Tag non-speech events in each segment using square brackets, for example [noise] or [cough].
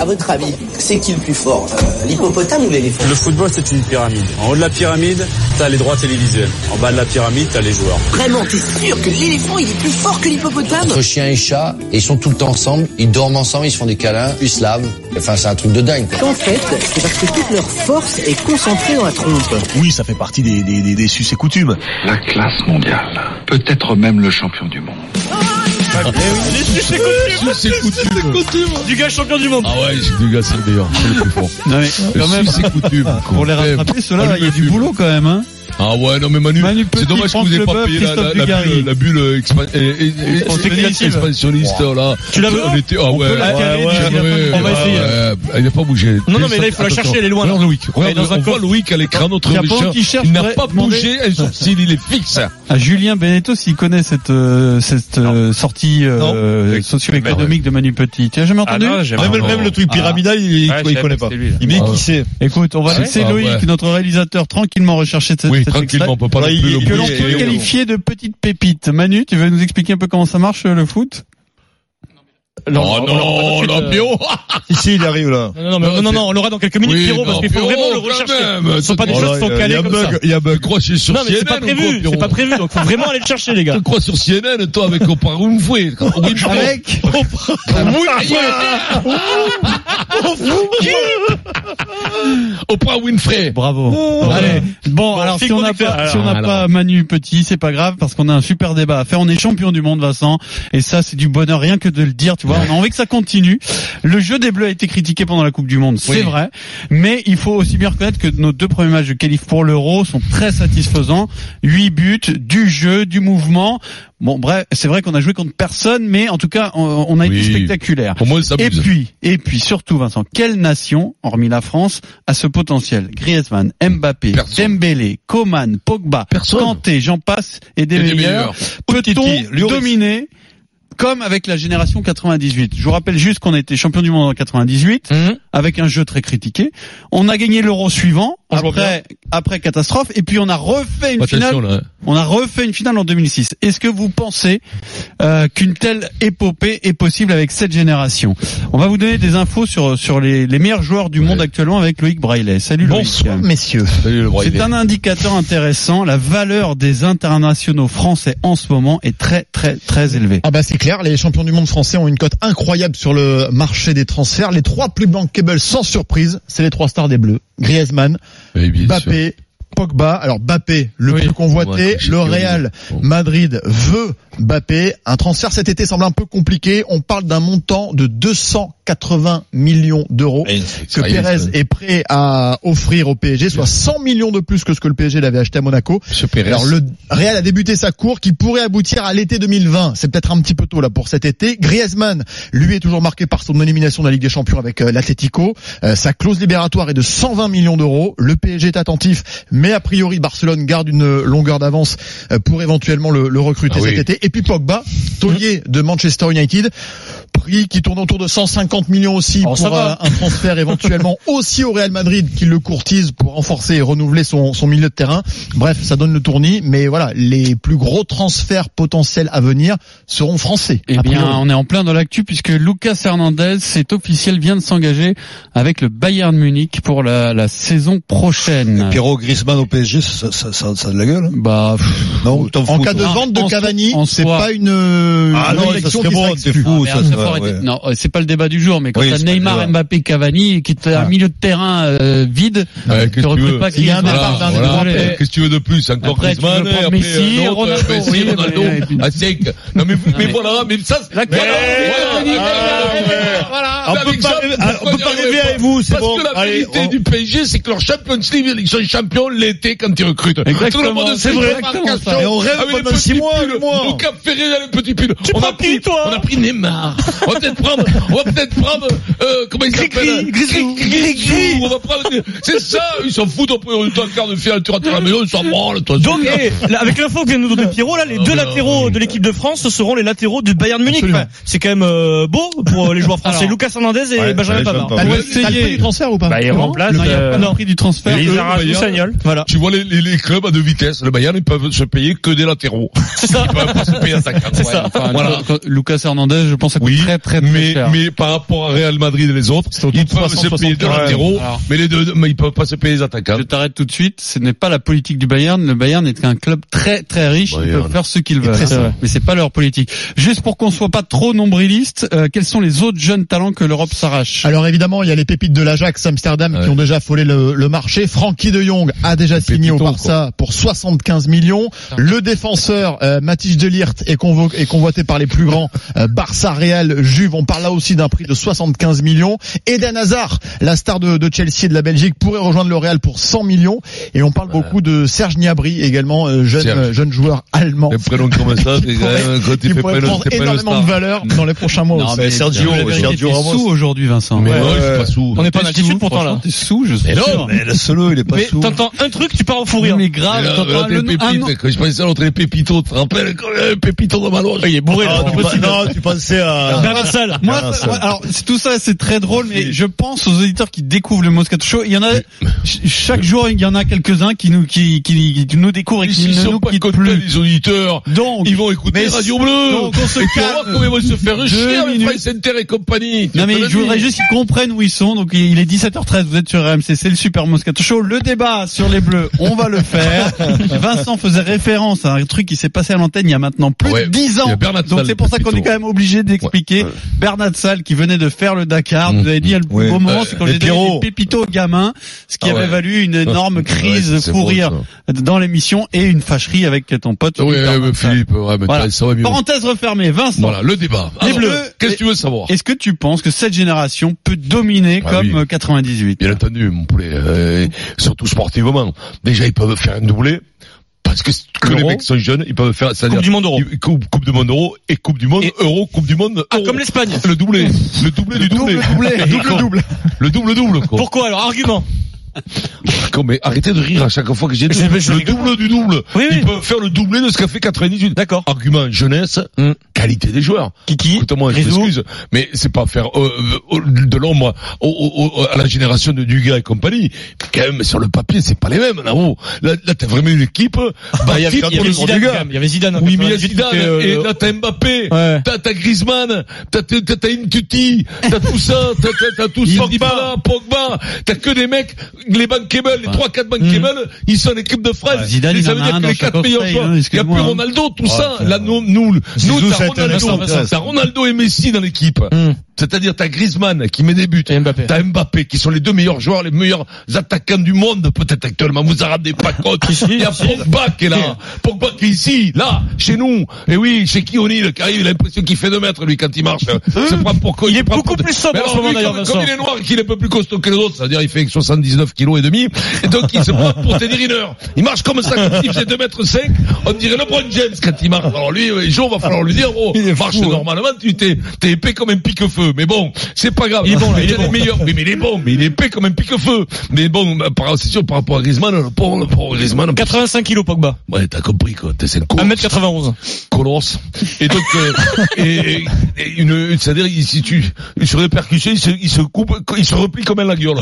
À votre avis, c'est qui le plus fort euh, L'hippopotame ou l'éléphant Le football, c'est une pyramide. En haut de la pyramide, t'as les droits télévisuels. En bas de la pyramide, t'as les joueurs. Vraiment, t'es sûr que l'éléphant, il est plus fort que l'hippopotame Entre chien et chat, ils sont tout le temps ensemble, ils dorment ensemble, ils se font des câlins, ils se lavent. Enfin, c'est un truc de dingue. quoi. En fait, c'est parce que toute leur force est concentrée dans la trompe. Oui, ça fait partie des, des, des, des sus et coutumes. La classe mondiale. Peut-être même le champion du monde. Les sus et coutumes. C'est coutume. Du gars champion du monde. Ah ouais, c'est du gars, c'est le meilleur. C'est le plus fort. Non, mais Le quand même, suce, c'est coutume. [laughs] pour les rattraper, ceux-là, il y a du boulot quand même. Hein. Ah ouais, non mais Manu, Manu Petit, c'est dommage que Franck vous n'ayez pas Leboeuf, payé la, la- Christophe la Dugarry. bulle, la bulle euh, expan- et- et- et- expansionniste, Expansionniste. expansionniste, là. Tu l'as vu, hein On était, ah on ouais, peut la ouais, caler, ouais, tu l'as ouais, pas- on va ouais, essayer. hein. ouais, Elle n'a pas bougé. Non, non, mais là, il faut la chercher, elle est loin, là. Regarde Loïc, regarde, Elle est dans un on voit coffre. Loïc à l'écran, notre Il y a pas un qui Richard. cherche, Il n'a faudrait pas demander. bougé, elle sourcil, il est fixe. À Julien Beneteau, s'il connaît cette euh, cette euh, sortie euh, Non. socio-économique de Manu Petit, tu as jamais Ah entendu non, j'ai Même, marre. même le truc pyramidal, il, Ouais, il je connaît savais pas. que c'était lui, là. Il met Ah ouais. qui c'est. Écoute, on va Ah ouais laisser Ah Loïc, ouais. notre réalisateur, tranquillement rechercher cette Bah, Oui, tranquillement, on peut pas non Ouais, plus il- le il- Que l'on bouger. peut qualifier de petite pépite. Manu, tu veux nous expliquer un peu comment ça marche euh, le foot Oh non, euh, on l'aura pas tout de suite, l'ambion! Ici, il arrive là. Non, non, mais, Non, non, non, c'est- non, on l'aura dans quelques minutes, Oui, Pierrot, parce non, qu'il faut Pierrot, vraiment le quand rechercher. même, Ce sont pas des Oh là, choses qui sont il y a- il y calées a comme ça. bug. Il y a un croix chez sur Non, mais c'est pas CNN, ou quoi, prévu, c'est Pierrot pas prévu, donc faut vraiment aller le chercher, les gars. Tu crois sur CNN, toi, avec Oparumfoué. [laughs] Avec Oprah Winfrey. Bravo. Allez. Bon, alors c'est si on n'a conducteur. pas, si on n'a Alors, pas Manu Petit, c'est pas grave parce qu'on a un super débat à faire. On est champion du monde, Vincent, et ça c'est du bonheur rien que de le dire. Tu vois, on a envie que ça continue. Le jeu des Bleus a été critiqué pendant la Coupe du Monde, c'est Oui. vrai, mais il faut aussi bien reconnaître que nos deux premiers matchs de qualif pour l'Euro sont très satisfaisants. Huit buts, du jeu, du mouvement. Bon, bref, c'est vrai qu'on a joué contre personne, mais en tout cas, on, on a été Oui. spectaculaire. Pour moi, ça Et s'abuse. puis, et puis surtout, Vincent, quelle nation, hormis la France, a ce potentiel Griezmann, Mbappé, Personne. Dembélé, Coman, Pogba, Personne. Kanté, j'en passe, et des Et des meilleurs. meilleurs. Peut-on Umtiti, Lloris. dominer comme avec la génération 98 Je vous rappelle juste qu'on a été champion du monde en 98, Mhm. avec un jeu très critiqué. On a gagné l'euro suivant, On joue après, après catastrophe, et puis on a refait une finale Attention, hein. là. on a refait une finale en 2006. Est-ce que vous pensez euh, qu'une telle épopée est possible avec cette génération On va vous donner des infos sur sur les, les meilleurs joueurs du monde Ouais. actuellement avec Loïc Braillet. Salut Loïc. Bonsoir, messieurs. Salut, le C'est un indicateur intéressant. La valeur des internationaux français en ce moment est très très très élevée. Ah bah c'est clair, les champions du monde français ont une cote incroyable sur le marché des transferts. Les trois plus bankables sans surprise, c'est les trois stars des Bleus. Griezmann, Mbappé, Pogba. Alors Mbappé, le Oui. plus convoité, Ouais, j'ai le cru, Real oui. Bon. Madrid veut Mbappé. Un transfert cet été semble un peu compliqué. On parle d'un montant de 280 millions d'euros que Pérez est prêt à offrir au PSG, soit 100 millions de plus que ce que le PSG l'avait acheté à Monaco. Ce Pérez. Alors le Real a débuté sa cour qui pourrait aboutir à l'été 2020. C'est peut-être un petit peu tôt là pour cet été. Griezmann, lui est toujours marqué par son élimination de la Ligue des Champions avec euh, l'Atlético. Euh, sa clause libératoire est de 120 millions d'euros. Le PSG est attentif, mais a priori Barcelone garde une longueur d'avance euh, pour éventuellement le, le recruter Ah oui. cet été. Et puis Pogba, taulier de Manchester United. Prix qui tourne autour de 150 millions aussi Oh, ça pour va. euh, un transfert éventuellement aussi au Real Madrid qui le courtise pour renforcer et renouveler son, son milieu de terrain. Bref, ça donne le tournis, mais voilà, les plus gros transferts potentiels à venir seront français. Eh a bien, priori. on est en plein dans l'actu puisque Lucas Hernandez, c'est officiel, vient de s'engager avec le Bayern Munich pour la, la saison prochaine. Pierrot Griezmann au PSG, ça, ça, ça, ça a de la gueule. hein Bah, pff, Non, t'en en fous, cas de toi. vente de en soi- Cavani, en c'est soi- pas une, euh, Ah une non, ça élection serait qui Oh, bon, serait t'es fou, ah, Mais ça, Ah, alors, c'est faut vrai, arrêter. ouais. Non, euh, c'est pas le débat du jour, mais quand Oui, t'as c'est pas le Neymar, débat. Ah. Mbappé, Cavani, qui est un milieu de terrain euh, vide, Ouais, qu'est-ce tu que tu recrutes veux? pas S'il y a un Griezmann. départ d'un voilà. Mbappé. Eh, Qu'est-ce que tu veux de plus Encore Après, tu veux Griezmann, et prendre après euh, Messi, un autre, Ronaldo, Messi, oui, Ronaldo, Ah, mais- et puis- à sec. Non mais, vous- mais voilà, mais ça... c'est- La Mais- colonne, voilà, Ah, ouais, voilà, voilà. On Mais peut avec pas- ça, on pourquoi peut n'y pas arriver rêver pas avec vous, c'est Parce bon. que la Allez, vérité on- du PSG, c'est que leur Champions League, ils sont champions l'été quand ils recrutent. Tout le Exactement, monde c'est sait vrai. que Marc Exactement ça. Cachan, Et on rêve avec les pendant six petits mois, pulls, huit mois. Au Cap Ferré, dans le petit pull. Tu On a prends qui, pris, toi on a pris Neymar. On va peut-être prendre, on va peut-être prendre, euh, comment il s'appelle? Grisou. Grisou. On va prendre, c'est ça, ils s'en foutent, on peut, on est en quart de finale, tu rentres à la maison, ils s'en branlent, toi. Donc, eh, [laughs] là, avec l'info que vient de nous donner Pierrot, là, les Ah, deux bah là, latéraux de l'équipe de France ce seront les latéraux du Bayern Munich. Absolument. Enfin, c'est quand même euh, beau pour euh, les joueurs français. Alors. Lucas Hernandez et Ouais, Benjamin ouais, Pavard. j'aime T'as pas. le- Ouais, t'as le prix du transfert ou pas Bah, il Non remplace, Non, il y a pas euh, de prix du transfert. Lisa Eux, Razou, Sagnol. Voilà. Tu vois, les, les, les clubs à deux vitesses, le Bayern, ils peuvent se payer que des latéraux. C'est ça. Ils peuvent pas se payer à 50. C'est ça. Enfin, Voilà. quand- quand Lucas Hernandez, je pense à Oui, très, très, très mais, cher. mais par rapport à Real Madrid et les autres, C'est autour ils de peuvent se payer 360 deux latéraux, Alors. mais les deux, mais ils peuvent pas se payer les attaquants. Je t'arrête tout de suite. Ce n'est pas la politique du Bayern. Le Bayern est un club très très riche. Ils peuvent faire ce qu'ils veulent. très hein. sain. Mais c'est pas leur politique. Juste pour qu'on soit pas trop nombriliste, euh, quels sont les autres jeunes talents que l'Europe s'arrache Alors évidemment, il y a les pépites de l'Ajax Amsterdam qui ont déjà affolé le, le marché. Frankie de Jong a déjà signé au Barça pour 75 millions. Le défenseur euh, Mathis Delirte est, convo- est convoité par les plus grands euh, Barça, Real, Juve. On parle là aussi d'un prix de 75 millions. Eden Hazard, la star de, de Chelsea et de la Belgique, pourrait rejoindre le Real pour 100 millions. Et on parle beaucoup de Serge Gnabry également, euh, jeune Serge. euh, jeune joueur allemand. Les prénoms comme ça, c'est Qui quand [laughs] même, quand qui tu fais pourrait pas le, prendre t'es pas le énormément de star. valeur dans les prochains mois. aussi. Sergio, La vérité, Sergio t'es Ramos. sous aujourd'hui, Vincent. Ah, Mais non, il fait pas sous. On n'est pas en T'es altitude sous, pourtant là. franchement, T'es sous, je Mais sais. non, Mais laisse-le, il est pas Mais sous. t'entends un truc, tu pars en fou rire. Mais Mais grave, là, t'entends regarde le les nom- un nom- pépites, quand je pensais à l'autre, les pépitos, tu te rappelles, quand le pépito de Malos. Il est bourré là, c'est pas Ah, tu possible. pas- non, tu pensais à... Bernard Salle. Moi, Ah, ça- ça. moi, alors c'est- tout ça, c'est très drôle, mais je pense aux auditeurs qui découvrent le Moscato Show. Il y en a ch- chaque jour, il y en a quelques-uns qui nous qui, qui, qui nous découvrent et qui Ils ne nous sont pas quittent contents plus. des auditeurs. Donc, Ils vont écouter Mais Radio Bleu. donc, on se Et tu vas calme. voir comment ils vont se faire Deux chier avec minutes. Price Inter et compagnie. Tu non mais te le je voudrais dis. juste qu'ils comprennent où ils sont. Donc il est 17h13, vous êtes sur RMC, c'est le Super Moscato Show. Le débat sur les Bleus, on va le [laughs] faire. Vincent faisait référence à un truc qui s'est passé à l'antenne il y a maintenant plus Ouais, de 10 il y ans. a Bernard Donc Salle, c'est pour ça qu'on est plutôt. quand même obligé d'expliquer. Bernard Salle qui venait de faire le Dakar, vous avez dit le plus Ouais. beau moment, Mmh. Euh, c'est quand les j'ai donné Pierrot. des pépitos aux gamins, ce qui Ah avait ouais. valu une énorme Ouais, crise c'est pour bon, rire ça. dans l'émission et une fâcherie avec ton pote. Oui, Bernard euh, Salle. Philippe, ouais, mais Voilà. t'as- ça va mieux. Parenthèse refermée, Vincent. Voilà, le débat. Les Alors, Bleus, Qu'est-ce et- que tu veux savoir Est-ce que tu penses que cette génération peut dominer Ah comme oui. euh, 98 Bien entendu, mon poulet, euh, surtout sportivement. Déjà, ils peuvent faire un doublé. Parce que, c'est- que les Euro. mecs sont jeunes, ils peuvent faire, c'est-à-dire- Coupe du monde euro. ils- Coupe, coupe du monde euro et coupe du monde Et- euro, coupe du monde Ah, euro. comme l'Espagne. Le doublé. Le doublé du doublé. Le double double. Le double double, quoi. Pourquoi alors Argument. Quoi, mais arrêtez de rire à chaque fois que j'ai dit Je- je le rigole double du double. Oui, oui. Ils peuvent faire le doublé de ce qu'a fait 98. D'accord. Argument jeunesse, Hmm. qualité des joueurs. Kiki, Écoute-moi, je Grisou. m'excuse, mais c'est pas faire euh, euh, de l'ombre au- au- au- à la génération de Dugas et compagnie. Quand même, sur le papier, c'est pas les mêmes là-haut. Là, là t'as vraiment une équipe Bah, il y avait, il bâtie y pour avait le Zidane. quand Portugal. même. Il y avait Zidane. en Oui, mais il y a 98, Zidane, qui était, euh, et là t'as Mbappé, Ouais. t'as t'as Griezmann, t'as t'as t'as Intuti, t'as tout ça, [laughs] t'as t'as- t'as tout ça, Pogba, Pogba, t'as que des mecs, les bankable, les trois quatre bankable, ils sont l'équipe de France. Ouais, Mm. Bah, Zidane, Et ça il veut en a dire un que dans les chaque quatre meilleurs oreille, joueurs. hein, Il y a excuse-moi, plus hein. Ronaldo, Oh, tout ça. Là, nous, nous, nous, Zizou, t'as ça a été Ronaldo, intéressant. t'as Ronaldo et Messi dans l'équipe. Hum. C'est-à-dire t'as Griezmann qui met des buts, Et Mbappé. t'as Mbappé qui sont les deux meilleurs joueurs, les meilleurs attaquants du monde peut-être actuellement. Vous arabes des pacotes. [laughs] Il y a Pogba qui est là, Pogba qui est ici, là, chez nous. Et oui, chez qui O'Neill qui arrive, il a l'impression qu'il fait deux mètres lui quand [laughs] il marche. Se prend pour con, Il est se prend beaucoup pour- plus sobre Mais en ce alors, moment, lui, d'ailleurs, comme- Vincent. Comme il est noir, qu'il est un peu plus costaud que les autres, c'est-à-dire il fait 79 kilos et demi, et donc [laughs] il se prend pour Teddy Riner. Il marche comme ça, comme s'il faisait 2 mètres 5, on dirait LeBron James quand il marche. Alors lui, euh, Joe, va falloir lui dire, oh, marche normalement, tu t'es, t'es épais comme un pique-feu. Mais bon, c'est pas grave. Il est bon, il est meilleur. Mais, mais il est bon, mais il est épais comme un pique-feu. Mais bon, bah, par- c'est sûr, par rapport à Griezmann, le pauvre, le pauvre Griezmann. 85 kilos Pogba. Ouais, t'as compris, quoi. T'es c'est un con- 1m91. colosse. Et donc, euh, et, et- et une, une- c'est-à-dire, il, si tu, il se répercute, il se, il se coupe, il se replie comme un laguiole.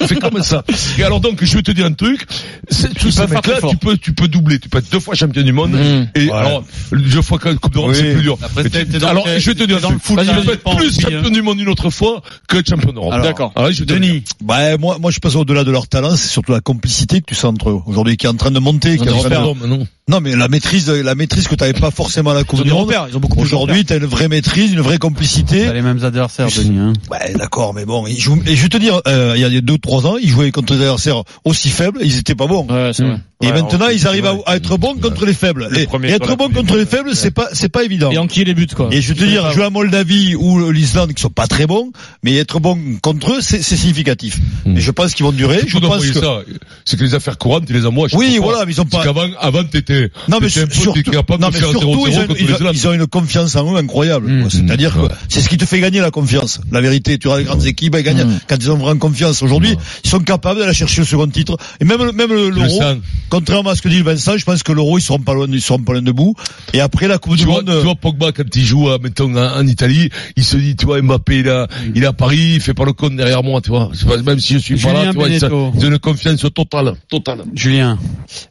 il fait comme ça. Et alors donc, je vais te dire un truc, c'est, tout ça, peuvent faire là, très fort. tu peux, tu peux doubler, tu peux être deux fois champion du monde, et alors, deux fois quand Coupe d'Europe, Oui. c'est plus dur. Après, Mais t'es- tu- t'es dans- alors, t'es- je vais te t'es dire un dans truc, le foot, tu là, peux je être pense, plus oui, hein. champion du monde une autre fois que champion d'Europe. Alors, Alors là, je vais te dire. Denis, Bah, moi, moi, je pense au-delà de leur talent, c'est surtout la complicité que tu sens entre eux. Aujourd'hui, qui est en train de monter, qui est en train de- Pardon, mais non. Non, mais la maîtrise, la maîtrise que t'avais pas forcément à la Coupe du Monde. Ils ont beaucoup plus de Aujourd'hui, t'as une vraie maîtrise, une vraie complicité. t'as les mêmes adversaires, Denis. Hein. Ouais, d'accord, mais bon, ils jouent- et je vais te dire, euh, il y a deux, trois ans, ils jouaient contre des adversaires aussi faibles, ils étaient pas bons. repères. Ouais, c'est vrai. Et maintenant, ils arrivent à, à être bons contre les faibles. Et, premier et sur être la bons contre les faibles, c'est pas, c'est pas évident. Et enquiller les buts, quoi. Et je vais te dire, jouer à Moldavie ou l'Islande qui sont pas très bons, mais être bon contre eux, c'est c'est significatif. Et je pense qu'ils vont durer. Je Tout pense d'envoyer que ça, c'est que les affaires courantes, ils les envoient à chaque oui, fois. voilà, mais ils ont Parce pas. qu'avant, avant, t'étais, Non mais t'étais un sur- pote qui est surtout, capable non, de mais faire un surtout, 0-0 ils, ont, contre ils les ont- Zélandes. ils ont une confiance en eux incroyable. quoi. C'est-à-dire que c'est ce qui te fait gagner la confiance. La vérité, tu as les grandes équipes, elles Bah, gagnent. Quand ils ont vraiment confiance aujourd'hui, ils sont capables d'aller chercher le second titre. Et même le- même le- Je le l'euro. sens. contrairement à ce que dit le Vincent, je pense que l'Euro, ils seront pas loin, ils seront pas loin debout. Et après la Coupe Tu du vois, Monde, tu vois, Pogba, quand il joue, euh, mettons, en, en Italie, il se dit, tu vois, Mbappé, il a, il est à Paris, il fait pas le con derrière moi, tu vois. Je sais pas, Même si je suis pas là, Julien tu vois, il Beneteau. a une confiance totale, totale. Julien.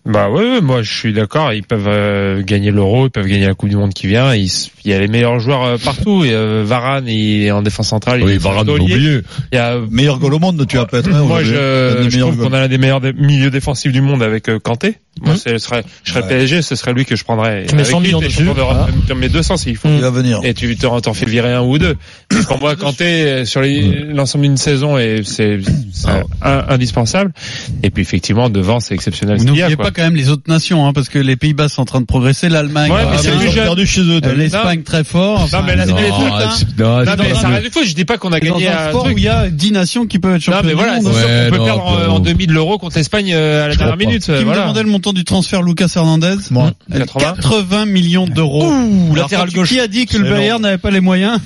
Bah ouais, ouais, moi je suis d'accord. Ils peuvent euh, gagner l'Euro, ils peuvent gagner la Coupe du Monde qui vient. Ils s- Il y a les meilleurs joueurs euh, partout. Et, euh, Varane, il est en défense centrale. il Oui, est Varane, on l'a taulier. oublié. Il y a euh, meilleur goal au monde, tu vas pas être, hein, moi, aujourd'hui. Un je, des je meilleurs trouve goals. qu'on a l'un des meilleurs dé- milieux défensifs du monde avec euh, Kanté. Moi, Mhm. c'est- je serais, je serais PSG, ce serait lui que je prendrais. Tu mets 100 Avec lui, millions t'es dessus. champion d'Europe, Tu en mets 200 s'il faut. Il va venir. Et tu t'en t'en fais virer un ou deux. Mais pour moi, Kanté, euh, sur les- l'ensemble d'une saison, et c'est c'est un- indispensable. Et puis effectivement, devant, c'est exceptionnel. ce qu'il y a, N'oubliez quoi. pas quand même les autres nations, hein, parce que les Pays-Bas sont en train de progresser, l'Allemagne, Ouais, mais euh, c'est euh, plus jeune. perdu chez eux. euh, l'Espagne très fort. enfin, Non, mais là, c'est c'est des les trucs, autres, hein. Non, Non, dans mais un- ça reste du fou. Je dis pas qu'on a Dans gagné un un sport où truc. il y a 10 nations qui peuvent être Non, championnes mais voilà, du c'est monde. hein. sûr Ouais, qu'on peut non, perdre pas euh, bon. en demi de l'euro contre l'Espagne euh, à la Je dernière crois pas. minute. Qui euh, me Voilà. demandait le montant du transfert Lucas Hernandez Moi. 80. 80 millions d'euros. Ouh, Alors, latéral qui- gauche. Qui a dit que le C'est Bayern n'avait pas les moyens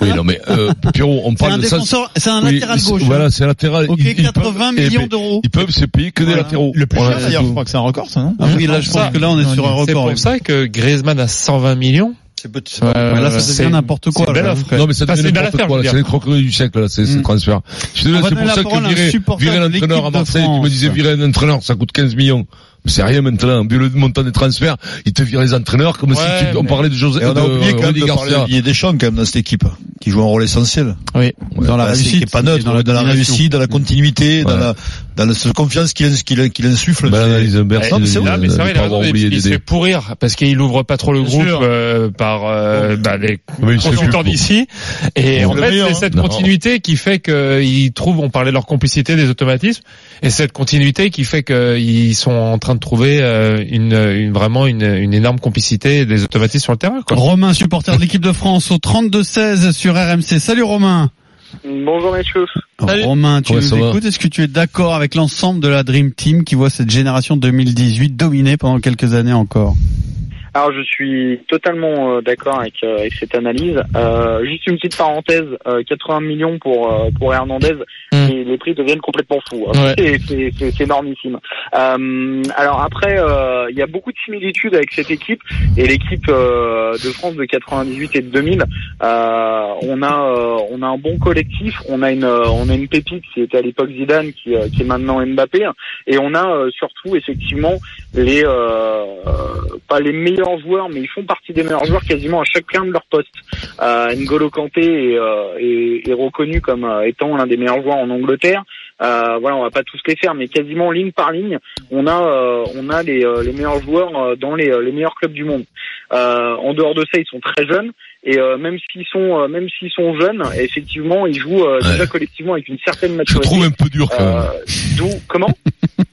Oui, non, mais, euh, Pierrot, on C'est parle un de ça. défenseur, c'est un Oui, latéral c'est- gauche. hein. Voilà, c'est latéral. Ok, Ils- ils 80 peuvent- millions eh, d'euros. Ils peuvent se payer que des Voilà. latéraux. Le plus Voilà, cher c'est d'ailleurs, tout. je crois que c'est un record ça, non Ah oui, là, je Ça, pense que là, on est sur un C'est record. pour ça que Griezmann a 120 millions. C'est petit. Euh, Ouais, là, ça devient n'importe quoi. C'est une belle là. offre. Non mais ça Enfin, c'est devient une belle n'importe affaire, quoi, je là, veux c'est dire. les croqueries du siècle là, c'est Mm. ce transfert. Je te On laisse, va c'est donner pour la ça parole à que un virer, supporter virer de l'entraîneur à l'équipe de Marseille, tu me France. disais virer un entraîneur, ça coûte 15 millions. Mais c'est rien maintenant, vu le montant des transferts, ils te virent les entraîneurs comme si Ouais, tu, on mais- parlait de José, Et on de a oublié quand même Rudy de parler de Garcia. Didier Deschamps quand même dans cette équipe qui joue un rôle essentiel. Oui, dans la Bah, c'est- réussite. qui est pas neutre, dans dans la la, domination. réussite, dans la continuité, dans Ouais. la dans la cette confiance qu'il qu'il qu'il insuffle. Ben, euh, l'analyse de Bercy, Eh, de- c'est vrai, Là, mais de- c'est de vrai, il pas a avoir raison, oublié il, il se fait d'aider. pourrir parce qu'il ouvre pas trop le Bien groupe sûr. euh, par euh, bah, les Mais il se fait consultants plus. d'ici. Et en le fait, meilleur, c'est hein. cette Non. continuité qui fait qu'ils trouvent, on parlait de leur complicité, des automatismes, et cette continuité qui fait qu'ils sont en train de trouver euh, une, une- vraiment une, une énorme complicité et des automatismes sur le terrain. Quoi. Romain, supporter de l'équipe de France au 32-16 sur RMC. Salut Romain. Bonjour messieurs. Salut. Romain, tu Ouais, nous ça va. écoutes. Est-ce que tu es d'accord avec l'ensemble de la Dream Team qui voit cette génération 2018 dominée pendant quelques années encore Alors je suis totalement euh, d'accord avec, euh, avec cette analyse. Euh, juste une petite parenthèse, euh, 80 millions pour euh, pour Hernandez, Mm. et les prix deviennent complètement fous. Ouais. hein. C'est- C'est c'est- c'est énormissime. Euh, alors après, euh, il y a beaucoup de similitudes avec cette équipe et l'équipe euh, de France de 98 et de 2000. Euh, on a euh, on a un bon collectif, on a une euh, on a une pépite qui était à l'époque Zidane, qui, euh, qui est maintenant Mbappé, et on a euh, surtout effectivement les euh, pas les meilleurs joueurs, mais ils font partie des meilleurs joueurs quasiment à chacun de leurs postes. Euh, N'Golo Kanté est, euh, est- est reconnu comme euh, étant l'un des meilleurs joueurs en Angleterre. Euh, voilà, on va pas tous les faire, mais quasiment ligne par ligne, on a euh, on a les, euh, les meilleurs joueurs euh, dans les, euh, les meilleurs clubs du monde. Euh, en dehors de ça, ils sont très jeunes et euh, même s'ils sont euh, même s'ils sont jeunes, effectivement, ils jouent euh, Ouais. déjà collectivement avec une certaine Je le maturité. trouve un peu dur quand même. Euh, D'où comment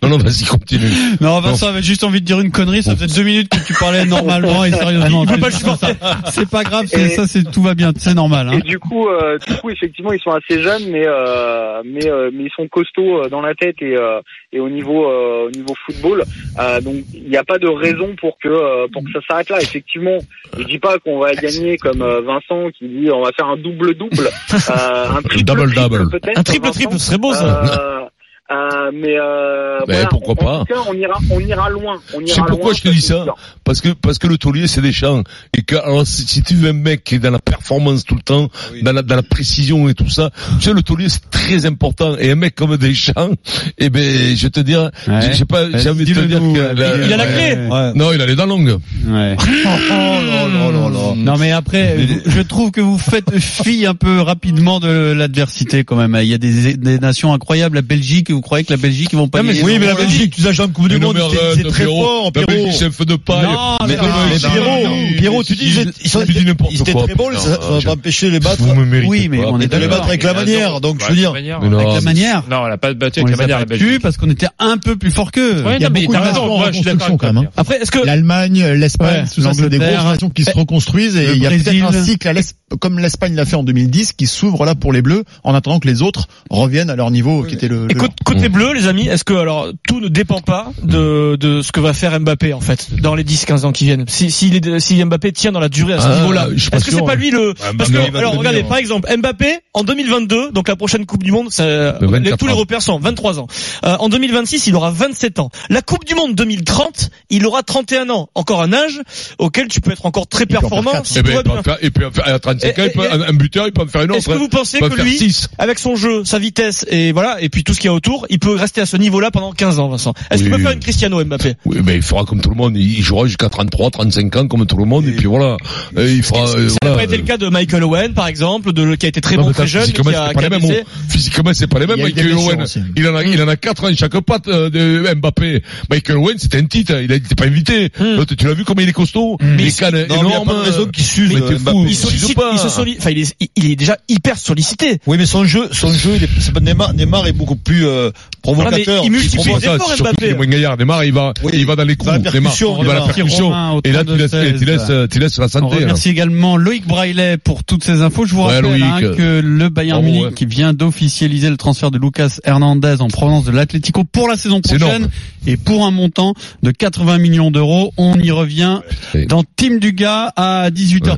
Non non, vas-y, continue. Non, Vincent avait juste envie de dire une connerie. Ça faisait deux minutes que tu parlais normalement et sérieusement. [laughs] C'est pas grave, c'est Et- ça, c'est tout va bien, c'est normal. Hein. Et du coup, euh, du coup, effectivement, ils sont assez jeunes, mais euh, mais euh, mais ils sont costauds euh, dans la tête et euh, et au niveau euh, au niveau football. Euh, donc il n'y a pas de raison pour que euh, pour que ça s'arrête là. Effectivement, je dis pas qu'on va gagner comme euh, Vincent qui dit on va faire un double [laughs] double, un triple Double, triple, double. peut-être. Un triple triple, ce serait beau ça. Euh, euh, mais euh, Ben, voilà, pourquoi en- En pas. tout cas, on ira on ira loin. On ira sais pourquoi loin, je te dis c'est ça sûr. Parce que parce que le taulier c'est des champs et que alors si, si tu veux un mec qui est dans la performance tout le temps, dans la dans la précision et tout ça, tu sais le taulier c'est très important et un mec comme Deschamps, eh ben je te dire, Ouais. j'ai- j'ai pas j'ai envie de te Dis-le dire nous, que euh, Il a la clé. Ouais. Non, il a les dents longues. [laughs] Ouais. Oh, Non oh, mais après, vous- je trouve que vous faites fi un peu rapidement de l'adversité quand même. Il y a des, des nations incroyables, la Belgique. Vous croyez que la Belgique ils vont pas gagner oui, mais la l'Euro Belgique, tu saches en Coupe du non, Monde, euh, c'est- arrête, c'est très Pierrot. fort, La Pierrot. Belgique, c'est un feu de paille. Non, mais non, non, Mais non, Pierrot, non, Pierrot, tu dis, ils étaient- ils sont- Tu dis ils n'importe étaient quoi. très bons, ça Putain, ça va je- pas empêcher les battre. Vous me méritez Oui, mais pas. on est de les d'accord. battre avec la Mais manière, non, donc bah, je veux dire. manière. Mais non, Avec la manière. Non, elle a pas battu On avec la les manière. a la battus Belgique. parce qu'on était un peu plus fort qu'eux. Ouais, Il y a non, mais beaucoup t'as de raison, joueurs moi, je suis d'accord avec quand toi, même, hein. Après, est-ce que L'Allemagne, euh, l'Espagne, Ouais, sous ça, angle c'est des grosses clair. nations qui se reconstruisent et Le il y a peut-être Brésil. un cycle à l'Es- comme l'Espagne l'a fait en 2010 qui s'ouvre là pour les Bleus en attendant que les autres reviennent à leur niveau qui était le. le Écoute, Côté bleu, les amis, est-ce que alors tout ne dépend pas de, de ce que va faire Mbappé en fait dans les 10-15 ans qui viennent Si si, il est- si Mbappé tient dans la durée à ce Ah, niveau-là, je suis pas est-ce que sûr, c'est pas hein. lui le Ah, Parce Mbappé, que il va alors devenir, regardez hein. par exemple Mbappé en 2022, donc la prochaine Coupe du Monde, c'est euh, Le 24 les- tous les ans. repères sont 23 ans. Euh, en 2026, il aura 27 ans. La Coupe du Monde 2030, il aura 31 ans, encore un âge auquel tu peux être encore très performant. si Eh tout ben, va il peut bien. en faire- il peut en faire- à 35 ans, Et- il peut- et- un un buteur, il peut en faire une autre. Eh, Est-ce que hein. vous pensez Il peut en que faire lui, six. avec son jeu, sa vitesse et voilà, et puis tout ce qu'il y a autour, il peut rester à ce niveau-là pendant 15 ans, Vincent Est-ce qu'il Oui. peut faire une Cristiano Mbappé Oui, mais il fera comme tout le monde. Il il jouera jusqu'à 33, 35 ans comme tout le monde. Et, puis voilà. Et il fera. Ça euh, n'a voilà. pas été le cas de Michael Owen, par exemple, de, qui a été très Non, bon, mais très attends, jeune, physiquement, qui a, c'est pas qui a les mêmes. baissé. oh. Physiquement, c'est pas les mêmes. Il y a eu des Michael blessures Owen, aussi. il en a, il en a quatre ans chaque patte euh, de Mbappé. Michael Owen, c'était un titre. hein. Il n'était pas invité. L'autre, tu l'as vu comme il est costaud. Hmm. Mais Les il- cannes non, mais il y a énormes. pas de raison qu'il euh, s'use. Mais t'es fou. il sollicite, il se solli- enfin, il est, il- il est déjà hyper sollicité. Oui, mais son jeu, son jeu, il est- c'est pas Neymar, Neymar est beaucoup plus euh, Ah, Voilà, provocateur. mais il multiplie provoque- les efforts, surtout Mbappé. qu'il hein. est moins gaillard. Neymar, il va, il va dans les la coups. Neymar, percussion, il va à Neymar. la Romain, percussion. au Et là, tu 32, laisses, 16, tu euh, laisses, tu laisses la On santé. là. remercie également Loïc Braillet pour toutes ces infos. Je vous hein. Ouais, rappelle Loïc. hein, que le Bayern Bravo, Munich ouais. qui vient d'officialiser le transfert de Lucas Hernandez en provenance de l'Atlético pour la saison C'est prochaine énorme. et pour un montant de 80 millions d'euros. On y revient dans Team Duga à 18h.